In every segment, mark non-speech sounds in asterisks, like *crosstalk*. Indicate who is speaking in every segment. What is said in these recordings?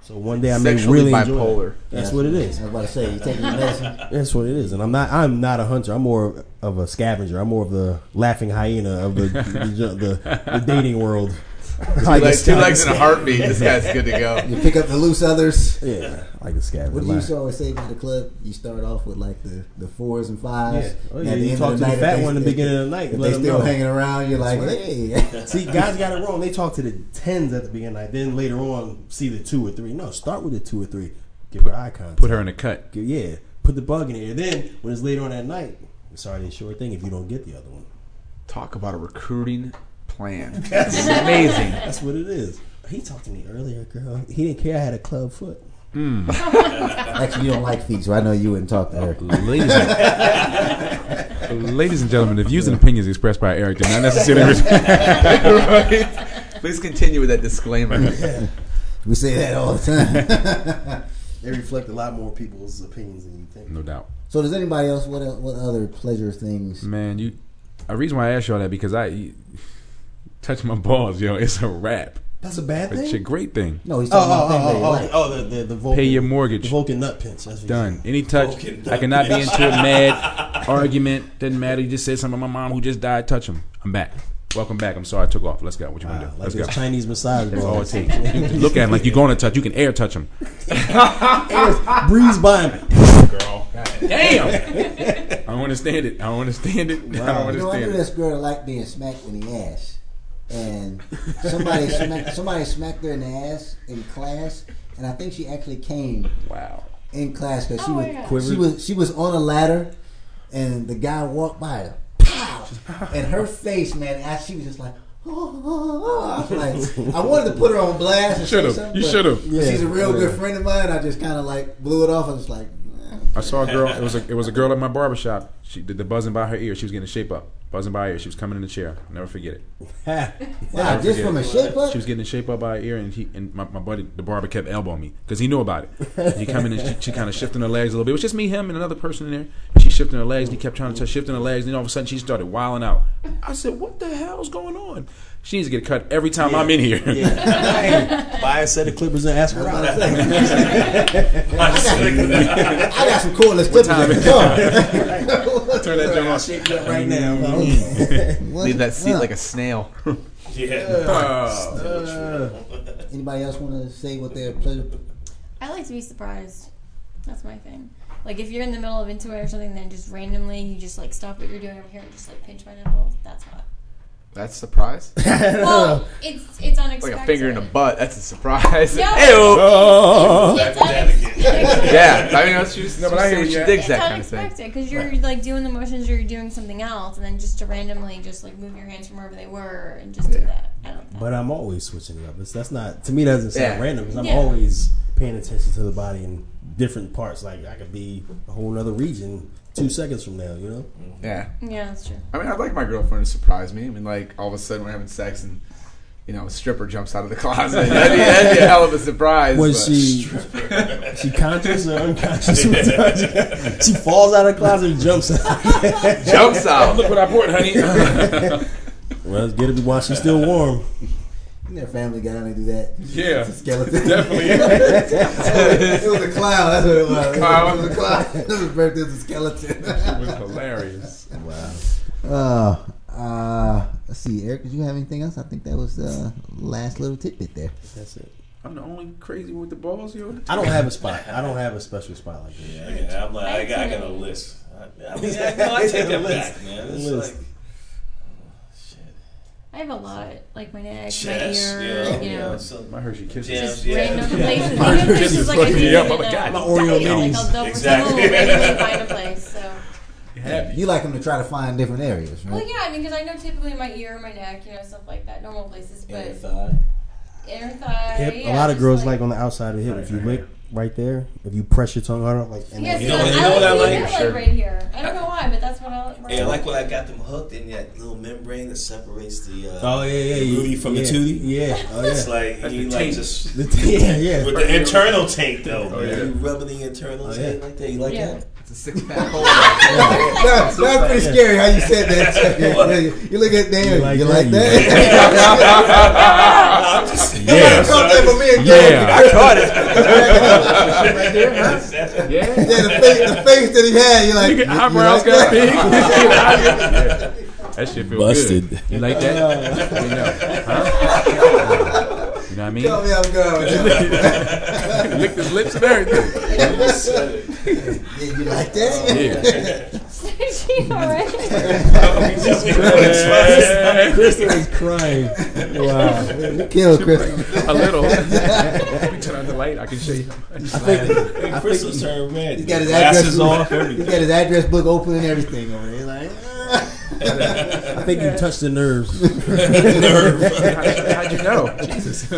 Speaker 1: So one day I may
Speaker 2: Sexually
Speaker 1: really enjoy
Speaker 2: bipolar.
Speaker 1: it. That's what it is.
Speaker 3: I was about to say, you taking your medicine.
Speaker 1: That's what it is. And I'm not. I'm not a hunter. I'm more of a scavenger. I'm more of the laughing hyena of the the, the, the dating world. *laughs* Two
Speaker 2: Two legs, two legs in a heartbeat. This guy's good to go.
Speaker 3: You pick up the loose
Speaker 1: *laughs*
Speaker 3: others.
Speaker 1: Yeah, I like the scavenger.
Speaker 3: What do you used
Speaker 1: Like-
Speaker 3: to always say about the club? You start off with like the, the fours and fives.
Speaker 1: Oh,
Speaker 3: and
Speaker 1: yeah,
Speaker 3: at
Speaker 1: you
Speaker 3: end
Speaker 1: talk
Speaker 3: of
Speaker 1: to the
Speaker 3: night, if
Speaker 1: fat
Speaker 3: they-
Speaker 1: one in the
Speaker 3: if-
Speaker 1: beginning of the night,
Speaker 3: If
Speaker 1: let
Speaker 3: they
Speaker 1: them
Speaker 3: still
Speaker 1: know.
Speaker 3: hanging around, you're like,
Speaker 1: what it
Speaker 3: hey. *laughs*
Speaker 1: See, guys got it wrong. They talk to the tens at the beginning, like then later on see the two or three. No, start with the two or three. Give her eye contact.
Speaker 4: Put her in a cut.
Speaker 1: Give- yeah, put the bug in there. Then when it's later on that night, it's already a short thing if you don't get the other one.
Speaker 2: Talk about a recruiting plan.
Speaker 4: It's amazing.
Speaker 1: That's what it is. He talked to me earlier, girl. He didn't care I had a club foot.
Speaker 3: Actually, you don't like feet, so I know you wouldn't talk to her.
Speaker 4: Ladies and, ladies and gentlemen, the views and opinions expressed by Eric do not *laughs* necessarily reflect.
Speaker 2: Right? Please continue with that disclaimer.
Speaker 3: *laughs* We say that all the time. *laughs*
Speaker 1: They reflect a lot more people's opinions than you think.
Speaker 4: no doubt.
Speaker 3: so, does anybody else? What el- what other pleasure things?
Speaker 4: Man, you. A reason why I asked y'all that because I you, touch my balls, yo. It's a wrap.
Speaker 1: That's a bad thing.
Speaker 4: It's a great thing.
Speaker 3: No, he's
Speaker 1: Oh,
Speaker 3: talking
Speaker 1: oh,
Speaker 3: about things
Speaker 1: oh,
Speaker 3: that you
Speaker 1: oh,
Speaker 3: like.
Speaker 1: oh, oh, the, the, the Vulcan,
Speaker 4: Pay your mortgage.
Speaker 1: the Vulcan nut pinch. That's what
Speaker 4: Done. Any touch.
Speaker 1: Broken.
Speaker 4: I cannot be into a mad argument. Doesn't matter. You just said something about my mom who just died. Touch him. I'm back. Welcome back. I'm sorry I took off. Let's go. What you
Speaker 1: Wow,
Speaker 3: Ah,
Speaker 4: want to do?
Speaker 1: like
Speaker 4: Let's
Speaker 1: those
Speaker 4: go.
Speaker 1: Chinese massage
Speaker 4: That's all it
Speaker 1: *laughs* balls.
Speaker 4: takes. You look at him like you're going to touch. You can air touch him.
Speaker 1: *laughs* Breeze by *laughs* him.
Speaker 4: Girl. Damn. I don't understand it. I don't understand it. *laughs* I don't
Speaker 3: You know, I
Speaker 4: understand
Speaker 3: knew
Speaker 4: it.
Speaker 3: this girl that liked being smacked in the ass, and
Speaker 4: *laughs*
Speaker 3: somebody smacked somebody smacked her in the ass in class, and I think she actually came
Speaker 4: Wow.
Speaker 3: in class because she
Speaker 5: Oh,
Speaker 3: was
Speaker 5: yeah.
Speaker 3: she was she was on a ladder, and the guy walked by her, pow, and her face, man, I, she was just like. *laughs* Oh, oh, oh. I, was like, I wanted to put her on blast. and say
Speaker 4: Should've.
Speaker 3: something,
Speaker 4: You
Speaker 3: but
Speaker 4: should've.
Speaker 3: She's a real
Speaker 1: Yeah.
Speaker 3: good friend of mine. I just kind of like blew it off. I was like, eh.
Speaker 4: I saw a girl. It was a it was a girl at my barber shop. She did the buzzing by her ear. She was getting a shape up. Buzzing by her ear. She was coming in the chair. I'll never forget it.
Speaker 3: wow, just
Speaker 4: forget
Speaker 3: from a
Speaker 4: it.
Speaker 3: shape up.
Speaker 4: She was getting a shape up by her ear, and he and my, my buddy, the barber, kept elbowing me because he knew about it. And he come in and she, she kind of shifting her legs a little bit. It was just me, him, and another person in there. And she shifting her legs, and he kept trying to touch, shifting her legs, and then all of a sudden she started wilding out. I said, "What the hell's going on?" She needs to get cut every time I'm in here.
Speaker 1: Yeah. Buy a set of clippers and ask her
Speaker 3: I,
Speaker 1: out.
Speaker 3: was about to say.
Speaker 1: *laughs*
Speaker 3: I got some cordless clippers.
Speaker 4: *laughs*
Speaker 3: at
Speaker 4: time is
Speaker 3: the door.
Speaker 4: Turn that joint off.
Speaker 1: Shaped up right now.
Speaker 2: Leave that seat like a snail.
Speaker 6: Yeah.
Speaker 4: Oh.
Speaker 3: Anybody else want to say what their pleasure?
Speaker 5: I like to be surprised. That's my thing. Like if you're in the middle of into it or something, then just randomly you just like stop what you're doing over here and just like pinch my nipples. That's
Speaker 2: *laughs*
Speaker 5: hot.
Speaker 2: That's a *laughs* surprise.
Speaker 5: Well, it's it's
Speaker 2: Like
Speaker 5: unexpected.
Speaker 2: a finger in a butt. That's a surprise.
Speaker 5: No.
Speaker 2: Ew.
Speaker 4: uh,
Speaker 5: It's unexpected.
Speaker 2: *laughs* Yeah. I mean, that's just,
Speaker 4: No, but I hear
Speaker 2: she
Speaker 4: you.
Speaker 2: digs
Speaker 5: It's
Speaker 2: that kind of thing.
Speaker 5: unexpected because you're like doing the motions or you're doing something else, and then just to randomly just like move your hands from wherever they were and just do that. I don't know.
Speaker 1: But I'm always switching it up. It's, that's not to me. That doesn't sound
Speaker 2: Yeah.
Speaker 1: random. 'cause I'm
Speaker 5: Yeah.
Speaker 1: always paying attention to the body in different parts. Like I could be a whole other region two seconds from now. You know,
Speaker 2: Yeah.
Speaker 5: Yeah, that's true.
Speaker 2: I mean, I'd like my girlfriend to surprise me. I mean, like all of a sudden we're having sex and you know a stripper jumps out of the closet. *laughs* That'd be, that'd be a hell of a surprise.
Speaker 1: was
Speaker 2: but-
Speaker 1: she she conscious or
Speaker 6: *laughs*
Speaker 1: unconscious? *laughs* she falls out of the closet and jumps out.
Speaker 2: *laughs*
Speaker 4: *laughs*
Speaker 2: jumps out?
Speaker 4: Look what I brought, honey.
Speaker 1: well, it's good to be while she's still warm.
Speaker 3: Isn't there a family guy and they do that? *laughs*
Speaker 4: yeah.
Speaker 3: Skeleton.
Speaker 4: Definitely.
Speaker 3: it was a clown. That's what it was.
Speaker 2: Clown.
Speaker 3: It was a clown. *laughs* It was birthday was a skeleton. *laughs*
Speaker 4: It was hilarious.
Speaker 3: Oh, uh, let's see, Eric. Did you have anything else? I think that was the last little tidbit there.
Speaker 1: That's it.
Speaker 4: I'm the only crazy with the balls, yo.
Speaker 1: I don't have a spot. I don't have a special spot like that.
Speaker 6: Yeah, *laughs* I'm like, I got, I got a list. I, *laughs* I mean, I, no, I take that back, man. It's
Speaker 1: List.
Speaker 6: like,
Speaker 5: I have a lot, like my neck,
Speaker 6: chest,
Speaker 5: my ear,
Speaker 6: yeah,
Speaker 5: you know,
Speaker 6: yeah, so-
Speaker 4: My Hershey kisses.
Speaker 5: just
Speaker 6: Yeah.
Speaker 5: random
Speaker 6: *laughs*
Speaker 5: places.
Speaker 4: My
Speaker 5: Random
Speaker 4: goodness,
Speaker 5: places like I
Speaker 4: fucking
Speaker 5: do
Speaker 4: yeah,
Speaker 5: live in
Speaker 4: my
Speaker 5: a-
Speaker 4: God.
Speaker 5: like,
Speaker 1: Oreo minis.
Speaker 5: I'll double
Speaker 6: Exactly.
Speaker 5: randomly find a place.
Speaker 6: *laughs*
Speaker 5: So,
Speaker 4: Happy.
Speaker 3: You like them to try to find different areas,
Speaker 5: well,
Speaker 3: right?
Speaker 5: yeah, I mean, because I know typically my ear, my neck, you know, stuff like that, normal places, but
Speaker 6: inner thigh.
Speaker 5: inner thigh.
Speaker 1: Hip.
Speaker 5: yeah,
Speaker 1: a lot of
Speaker 5: just
Speaker 1: girls like, on the outside of the hip. If you lick right there, if you press your tongue hard enough, like and
Speaker 5: Yes,
Speaker 6: You know what-
Speaker 5: I
Speaker 6: you know
Speaker 5: like
Speaker 6: what I
Speaker 5: the
Speaker 6: like?
Speaker 5: ear,
Speaker 2: Sure.
Speaker 5: right here. I don't know why, but that's what I like.
Speaker 6: Yeah, I
Speaker 5: *laughs*
Speaker 6: like when I got them hooked in that little membrane that separates the uh,
Speaker 1: Oh yeah, yeah,
Speaker 6: the
Speaker 1: yeah.
Speaker 6: booty from
Speaker 1: yeah,
Speaker 6: the tootie.
Speaker 1: *laughs* Yeah, oh
Speaker 6: It's
Speaker 1: yeah.
Speaker 6: like you like just
Speaker 1: The t- yeah, yeah.
Speaker 6: with the internal tape though.
Speaker 4: Oh, yeah.
Speaker 6: man. You rubbing the internal
Speaker 1: Oh,
Speaker 6: tape
Speaker 1: yeah.
Speaker 6: like that. You like
Speaker 5: Yeah.
Speaker 6: that?
Speaker 1: It's
Speaker 2: a six pack hole.
Speaker 3: That,
Speaker 5: *laughs*
Speaker 3: that was pretty scary how you said *laughs* that. you, you look at
Speaker 1: You
Speaker 3: Dan.
Speaker 1: like
Speaker 3: you
Speaker 1: that?
Speaker 3: like
Speaker 1: You
Speaker 6: *laughs*
Speaker 3: that? *laughs*
Speaker 6: I'm just saying.
Speaker 3: Somebody caught that for me and Dan.
Speaker 4: Yeah.
Speaker 6: caught it.
Speaker 3: Right there, huh?
Speaker 4: *laughs* Yeah.
Speaker 3: Yeah, the face, the face that he had. You're like, you-
Speaker 4: Nigga,
Speaker 3: you
Speaker 4: eyebrows
Speaker 3: like
Speaker 4: got
Speaker 3: that?
Speaker 4: big. Yeah. That shit feel
Speaker 1: Busted.
Speaker 4: good. You like
Speaker 1: *laughs*
Speaker 4: that? you, know. Huh? you know what I
Speaker 3: *laughs*
Speaker 4: mean?
Speaker 3: Tell me I'm
Speaker 6: *laughs*
Speaker 3: good.
Speaker 4: *laughs* Licked his lips and everything.
Speaker 3: *laughs* Yeah, you like that?
Speaker 4: Yeah.
Speaker 5: she already.
Speaker 6: We just- we just-
Speaker 1: Kristen is crying. Wow.
Speaker 3: *laughs* You killed Chris.
Speaker 4: A little. Let me turn on the light. I can show you. *laughs*
Speaker 1: I think
Speaker 6: And Chris was turning
Speaker 3: *laughs*
Speaker 6: red.
Speaker 3: He's got his address.
Speaker 6: Glasses off,
Speaker 3: He's
Speaker 6: everything.
Speaker 3: got his address book open and everything over there. He's like, *laughs* ah.
Speaker 1: I think you touched the *laughs* nerves.
Speaker 6: Nerve.
Speaker 1: *laughs*
Speaker 4: How'd you know?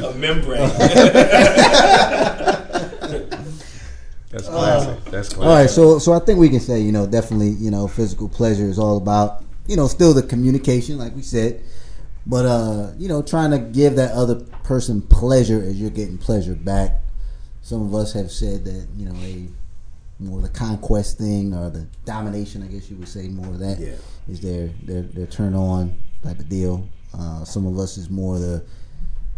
Speaker 6: A *laughs* membrane.
Speaker 4: *laughs*
Speaker 6: *laughs*
Speaker 4: That's classic. That's classic.
Speaker 3: All right, so so I think we can say you know definitely you know physical pleasure is all about you know still the communication like we said, but uh you know trying to give that other person pleasure as you're getting pleasure back. Some of us have said that you know a more the conquest thing or the domination, I guess you would say more of that is
Speaker 1: Yeah.
Speaker 3: their their their turn on type of deal. Uh, some of us is more the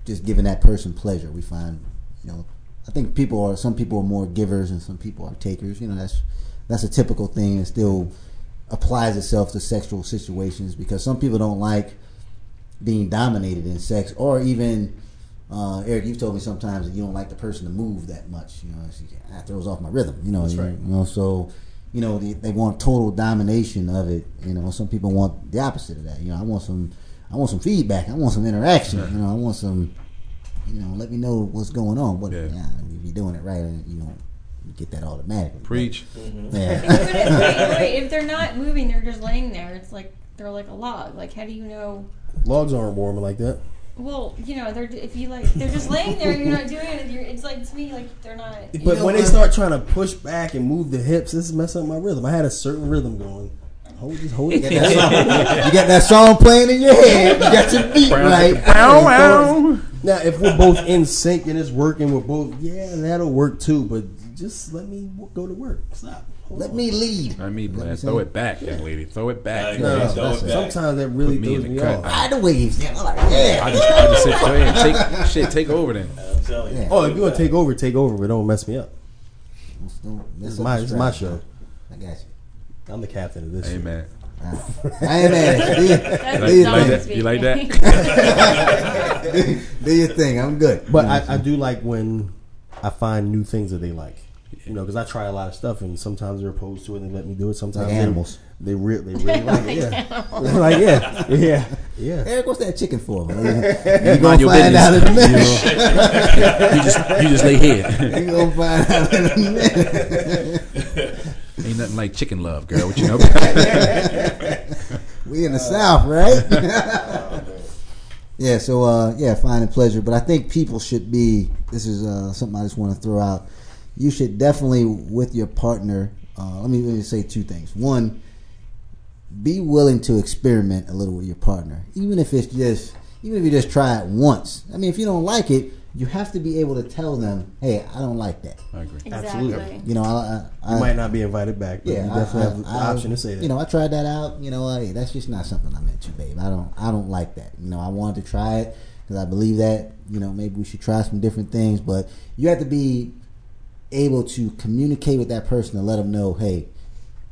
Speaker 3: just giving that person pleasure. We find, you know, I think people are some people are more givers and some people are takers. You know, that's that's a typical thing. It still applies itself to sexual situations because some people don't like being dominated in sex or even. Uh, Eric, you've told me sometimes that you don't like the person to move that much. You know, it's, it throws off my rhythm. You know,
Speaker 1: That's
Speaker 3: you,
Speaker 1: right.
Speaker 3: you know, so you know they, they want total domination of it. You know, some people want the opposite of that. You know, I want some, I want some feedback. I want some interaction. You know, I want some you know, let me know what's going on. But
Speaker 4: Yeah.
Speaker 3: yeah, if you're doing it right, you don't get that automatically.
Speaker 4: Preach.
Speaker 1: *laughs*
Speaker 3: Yeah.
Speaker 5: But if, wait, wait, if they're not moving, they're just laying there. It's like they're like a log. Like how do you know?
Speaker 1: Logs aren't warm like that.
Speaker 5: Well, you know, they're if you like, they're just laying there. You're not doing it. You're, it's like to me, like they're not.
Speaker 1: But
Speaker 3: know
Speaker 1: when they
Speaker 3: what?
Speaker 1: start trying to push back and move the hips, this is messing up my rhythm. I had a certain rhythm going. Hold, just hold *laughs* it.
Speaker 3: you got that song playing in your head. You got your beat right.
Speaker 4: Wow, wow.
Speaker 1: Now, if we're both in sync and it's working, we're both yeah, that'll work too. But just let me w- go to work. Stop. Hold
Speaker 3: Let
Speaker 1: on.
Speaker 3: me lead.
Speaker 4: I mean, blast.
Speaker 3: see.
Speaker 4: Throw it back, young lady. Throw it back.
Speaker 6: No,
Speaker 1: No,
Speaker 6: Throw it back.
Speaker 1: sometimes that really
Speaker 4: Put me in
Speaker 1: throws
Speaker 4: the
Speaker 1: me
Speaker 4: cut.
Speaker 1: off.
Speaker 3: Ride the waves. Yeah, I'm like, yeah.
Speaker 4: I just, I just said, go ahead. Take, shit, take over then.
Speaker 6: I'm telling you.
Speaker 1: Oh, if you want to take over, take over, but don't mess me up.
Speaker 3: Don't mess
Speaker 1: It's
Speaker 3: up
Speaker 1: my,
Speaker 3: the
Speaker 1: it's my
Speaker 3: strategy.
Speaker 1: show.
Speaker 3: I got you.
Speaker 1: I'm the captain of this. shit.
Speaker 4: Amen.
Speaker 3: I ain't mad.
Speaker 5: That's
Speaker 3: like
Speaker 4: You
Speaker 5: Don
Speaker 3: that?
Speaker 5: speaking.
Speaker 4: You like
Speaker 5: *laughs*
Speaker 4: that?
Speaker 3: Do your- Do your thing. I'm good.
Speaker 1: But I, I do like when I find new things that they like. You know, because I try a lot of stuff, and sometimes they're opposed to it, and they let me do it. Sometimes
Speaker 3: Like
Speaker 1: they-
Speaker 3: animals.
Speaker 1: They, re- they really like it.
Speaker 3: *laughs*
Speaker 1: Yeah, *laughs* like yeah, yeah, yeah.
Speaker 3: Eric, what's that chicken for?
Speaker 1: *laughs*
Speaker 3: man? You gonna
Speaker 4: your
Speaker 3: find
Speaker 4: business.
Speaker 3: out in a minute.
Speaker 4: You just, you just lay
Speaker 3: *laughs*
Speaker 4: here. *laughs*
Speaker 3: You gonna find out in a minute.
Speaker 4: Ain't nothing like chicken love, girl. What you know? about?
Speaker 3: *laughs* We in the South, right?
Speaker 1: *laughs*
Speaker 3: *laughs* yeah. So uh, yeah, finding pleasure, but I think people should be. This is uh, something I just want to throw out. You should definitely with your partner. Uh, let me let me say two things. One, be willing to experiment a little with your partner, even if it's just even if you just try it once. I mean, if you don't like it, you have to be able to tell them, "Hey, I don't like that."
Speaker 4: I agree.
Speaker 5: Exactly.
Speaker 1: Absolutely.
Speaker 3: You know, I, I,
Speaker 1: You
Speaker 3: I
Speaker 1: might not be invited back, but
Speaker 3: yeah,
Speaker 1: you
Speaker 3: I-
Speaker 1: definitely
Speaker 3: I-
Speaker 1: have the
Speaker 3: I-
Speaker 1: option to say that.
Speaker 3: You know, I tried that out. You know, uh, hey, that's just not something I'm into, babe. I don't, I don't like that. You know, I wanted to try it because I believe that. You know, maybe we should try some different things, but you have to be able to communicate with that person and let them know, hey,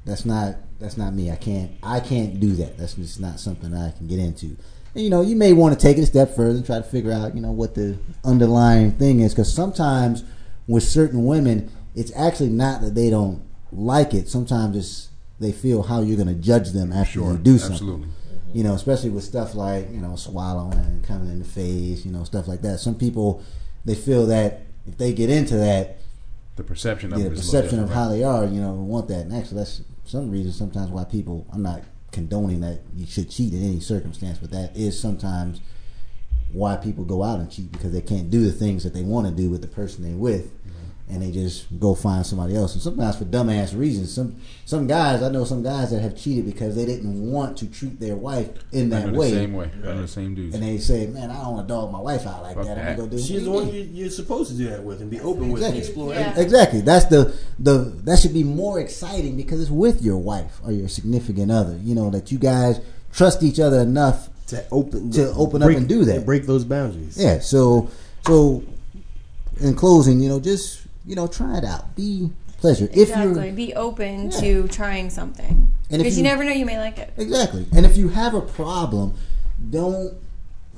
Speaker 3: that's not that's not me. I can't I can't do that. That's just not something I can get into. And you know, you may want to take it a step further and try to figure out, you know, what the underlying thing is cuz sometimes with certain women, it's actually not that they don't like it. Sometimes it's they feel how you're going to judge them after you do something.
Speaker 4: Absolutely.
Speaker 3: You know, especially with stuff like, you know, swallowing and coming in the face, you know, stuff like that. Some people they feel that if they get into that,
Speaker 4: The perception of
Speaker 3: yeah,
Speaker 4: it
Speaker 3: the
Speaker 4: is a little
Speaker 3: perception of
Speaker 4: different,
Speaker 3: how they are, you know, want that. And actually, that's some reason sometimes why people. I'm not condoning that you should cheat in any circumstance, but that is sometimes why people go out and cheat because they can't do the things that they want to do with the person they're with.
Speaker 4: Mm-hmm.
Speaker 3: and they just go find somebody else. And sometimes for dumbass reasons. Some some guys I know some guys that have cheated because they didn't want to treat their wife in
Speaker 4: I
Speaker 3: that
Speaker 4: know
Speaker 3: way.
Speaker 4: the same way. I know the same dudes.
Speaker 3: And they say, "Man, I don't want to dog my wife out like
Speaker 4: Fuck
Speaker 3: that. I'm
Speaker 4: that.
Speaker 3: gonna go do."
Speaker 1: She's the one you, you're supposed to do that with and be open with and
Speaker 3: Exactly.
Speaker 1: explore.
Speaker 5: Yeah.
Speaker 1: everything.
Speaker 3: Exactly. That's the the that should be more exciting because it's with your wife or your significant other. You know that you guys trust each other enough
Speaker 1: To open
Speaker 3: To open up
Speaker 1: break-
Speaker 3: and do that.
Speaker 1: break those boundaries.
Speaker 3: Yeah. So, so in closing, you know, just you know, try it out. Be pleasure. If
Speaker 5: Exactly.
Speaker 3: you
Speaker 5: Be open
Speaker 3: Yeah.
Speaker 5: to trying something.
Speaker 3: And if
Speaker 5: Because you,
Speaker 3: you-
Speaker 5: never know, you may like it.
Speaker 3: exactly, and if you have a problem, don't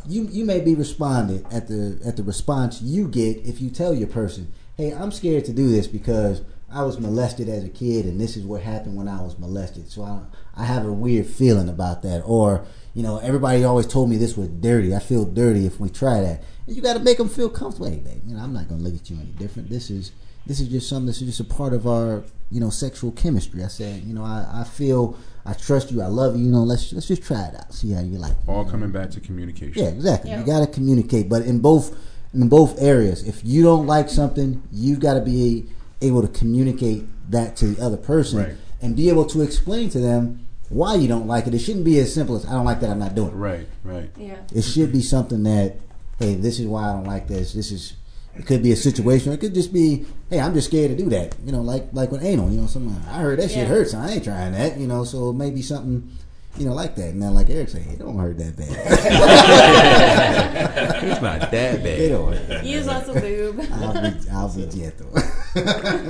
Speaker 3: you you may be responded at the at the response you get if you tell your person, hey, I'm scared to do this because. I was molested as a kid, and this is what happened when I was molested. So I, I have a weird feeling about that. Or, you know, everybody always told me this was dirty. I feel dirty if we try that. And you got to make them feel comfortable. Hey, babe, you know, I'm not gonna look at you any different. This is this is just something that's just a part of our you know sexual chemistry. I said, you know, I, I feel I trust you, I love you. You know, let's let's just try it out, see how you like. it.
Speaker 4: All coming back to communication.
Speaker 3: Yeah, exactly.
Speaker 5: Yeah.
Speaker 3: You got to communicate, but in both in both areas, if you don't like something, you've got to be able to communicate that to the other person
Speaker 4: Right.
Speaker 3: and be able to explain to them why you don't like it. It shouldn't be as simple as I don't like that, I'm not doing it.
Speaker 4: Right,
Speaker 3: *laughs*
Speaker 4: right. *laughs*
Speaker 5: Yeah.
Speaker 3: It should be something that, hey, this is why I don't like this. This is it could be a situation. It could just be, hey, I'm just scared to do that. You know, like like with anal. You know, something like, I heard that
Speaker 5: Yeah.
Speaker 3: shit hurts. I ain't trying that. You know, so maybe something, you know, like that. And then like Eric said, it don't hurt that bad.
Speaker 4: *laughs* It's not that
Speaker 3: it
Speaker 4: bad.
Speaker 3: don't. Hurt.
Speaker 5: Use lots of lube.
Speaker 3: I'll be I'll be jet though.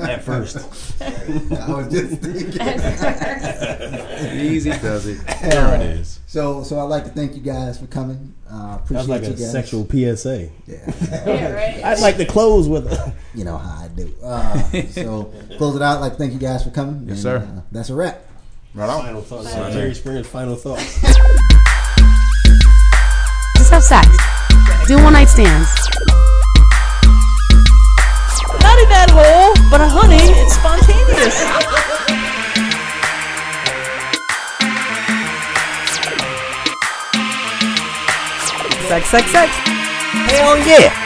Speaker 1: At first,
Speaker 3: I was just
Speaker 5: *laughs*
Speaker 3: thinking.
Speaker 4: Easy does it. There it is.
Speaker 3: So so I'd like to thank you guys for coming. Uh, appreciate
Speaker 1: that's like
Speaker 3: you
Speaker 1: a
Speaker 3: guys.
Speaker 1: sexual PSA.
Speaker 3: Yeah.
Speaker 5: yeah, right?
Speaker 1: I'd like to close with a
Speaker 3: you know how I do.
Speaker 4: *laughs*
Speaker 3: Uh, so close it out. Like thank you guys for coming.
Speaker 4: Yes,
Speaker 3: And,
Speaker 4: sir.
Speaker 3: Uh, that's a wrap.
Speaker 1: final thought. Jerry Springer's final thoughts.
Speaker 7: Just have sex. Do one night stands.
Speaker 8: Not in that hole, but honey, it's spontaneous. sex, sex, sex. Hell yeah.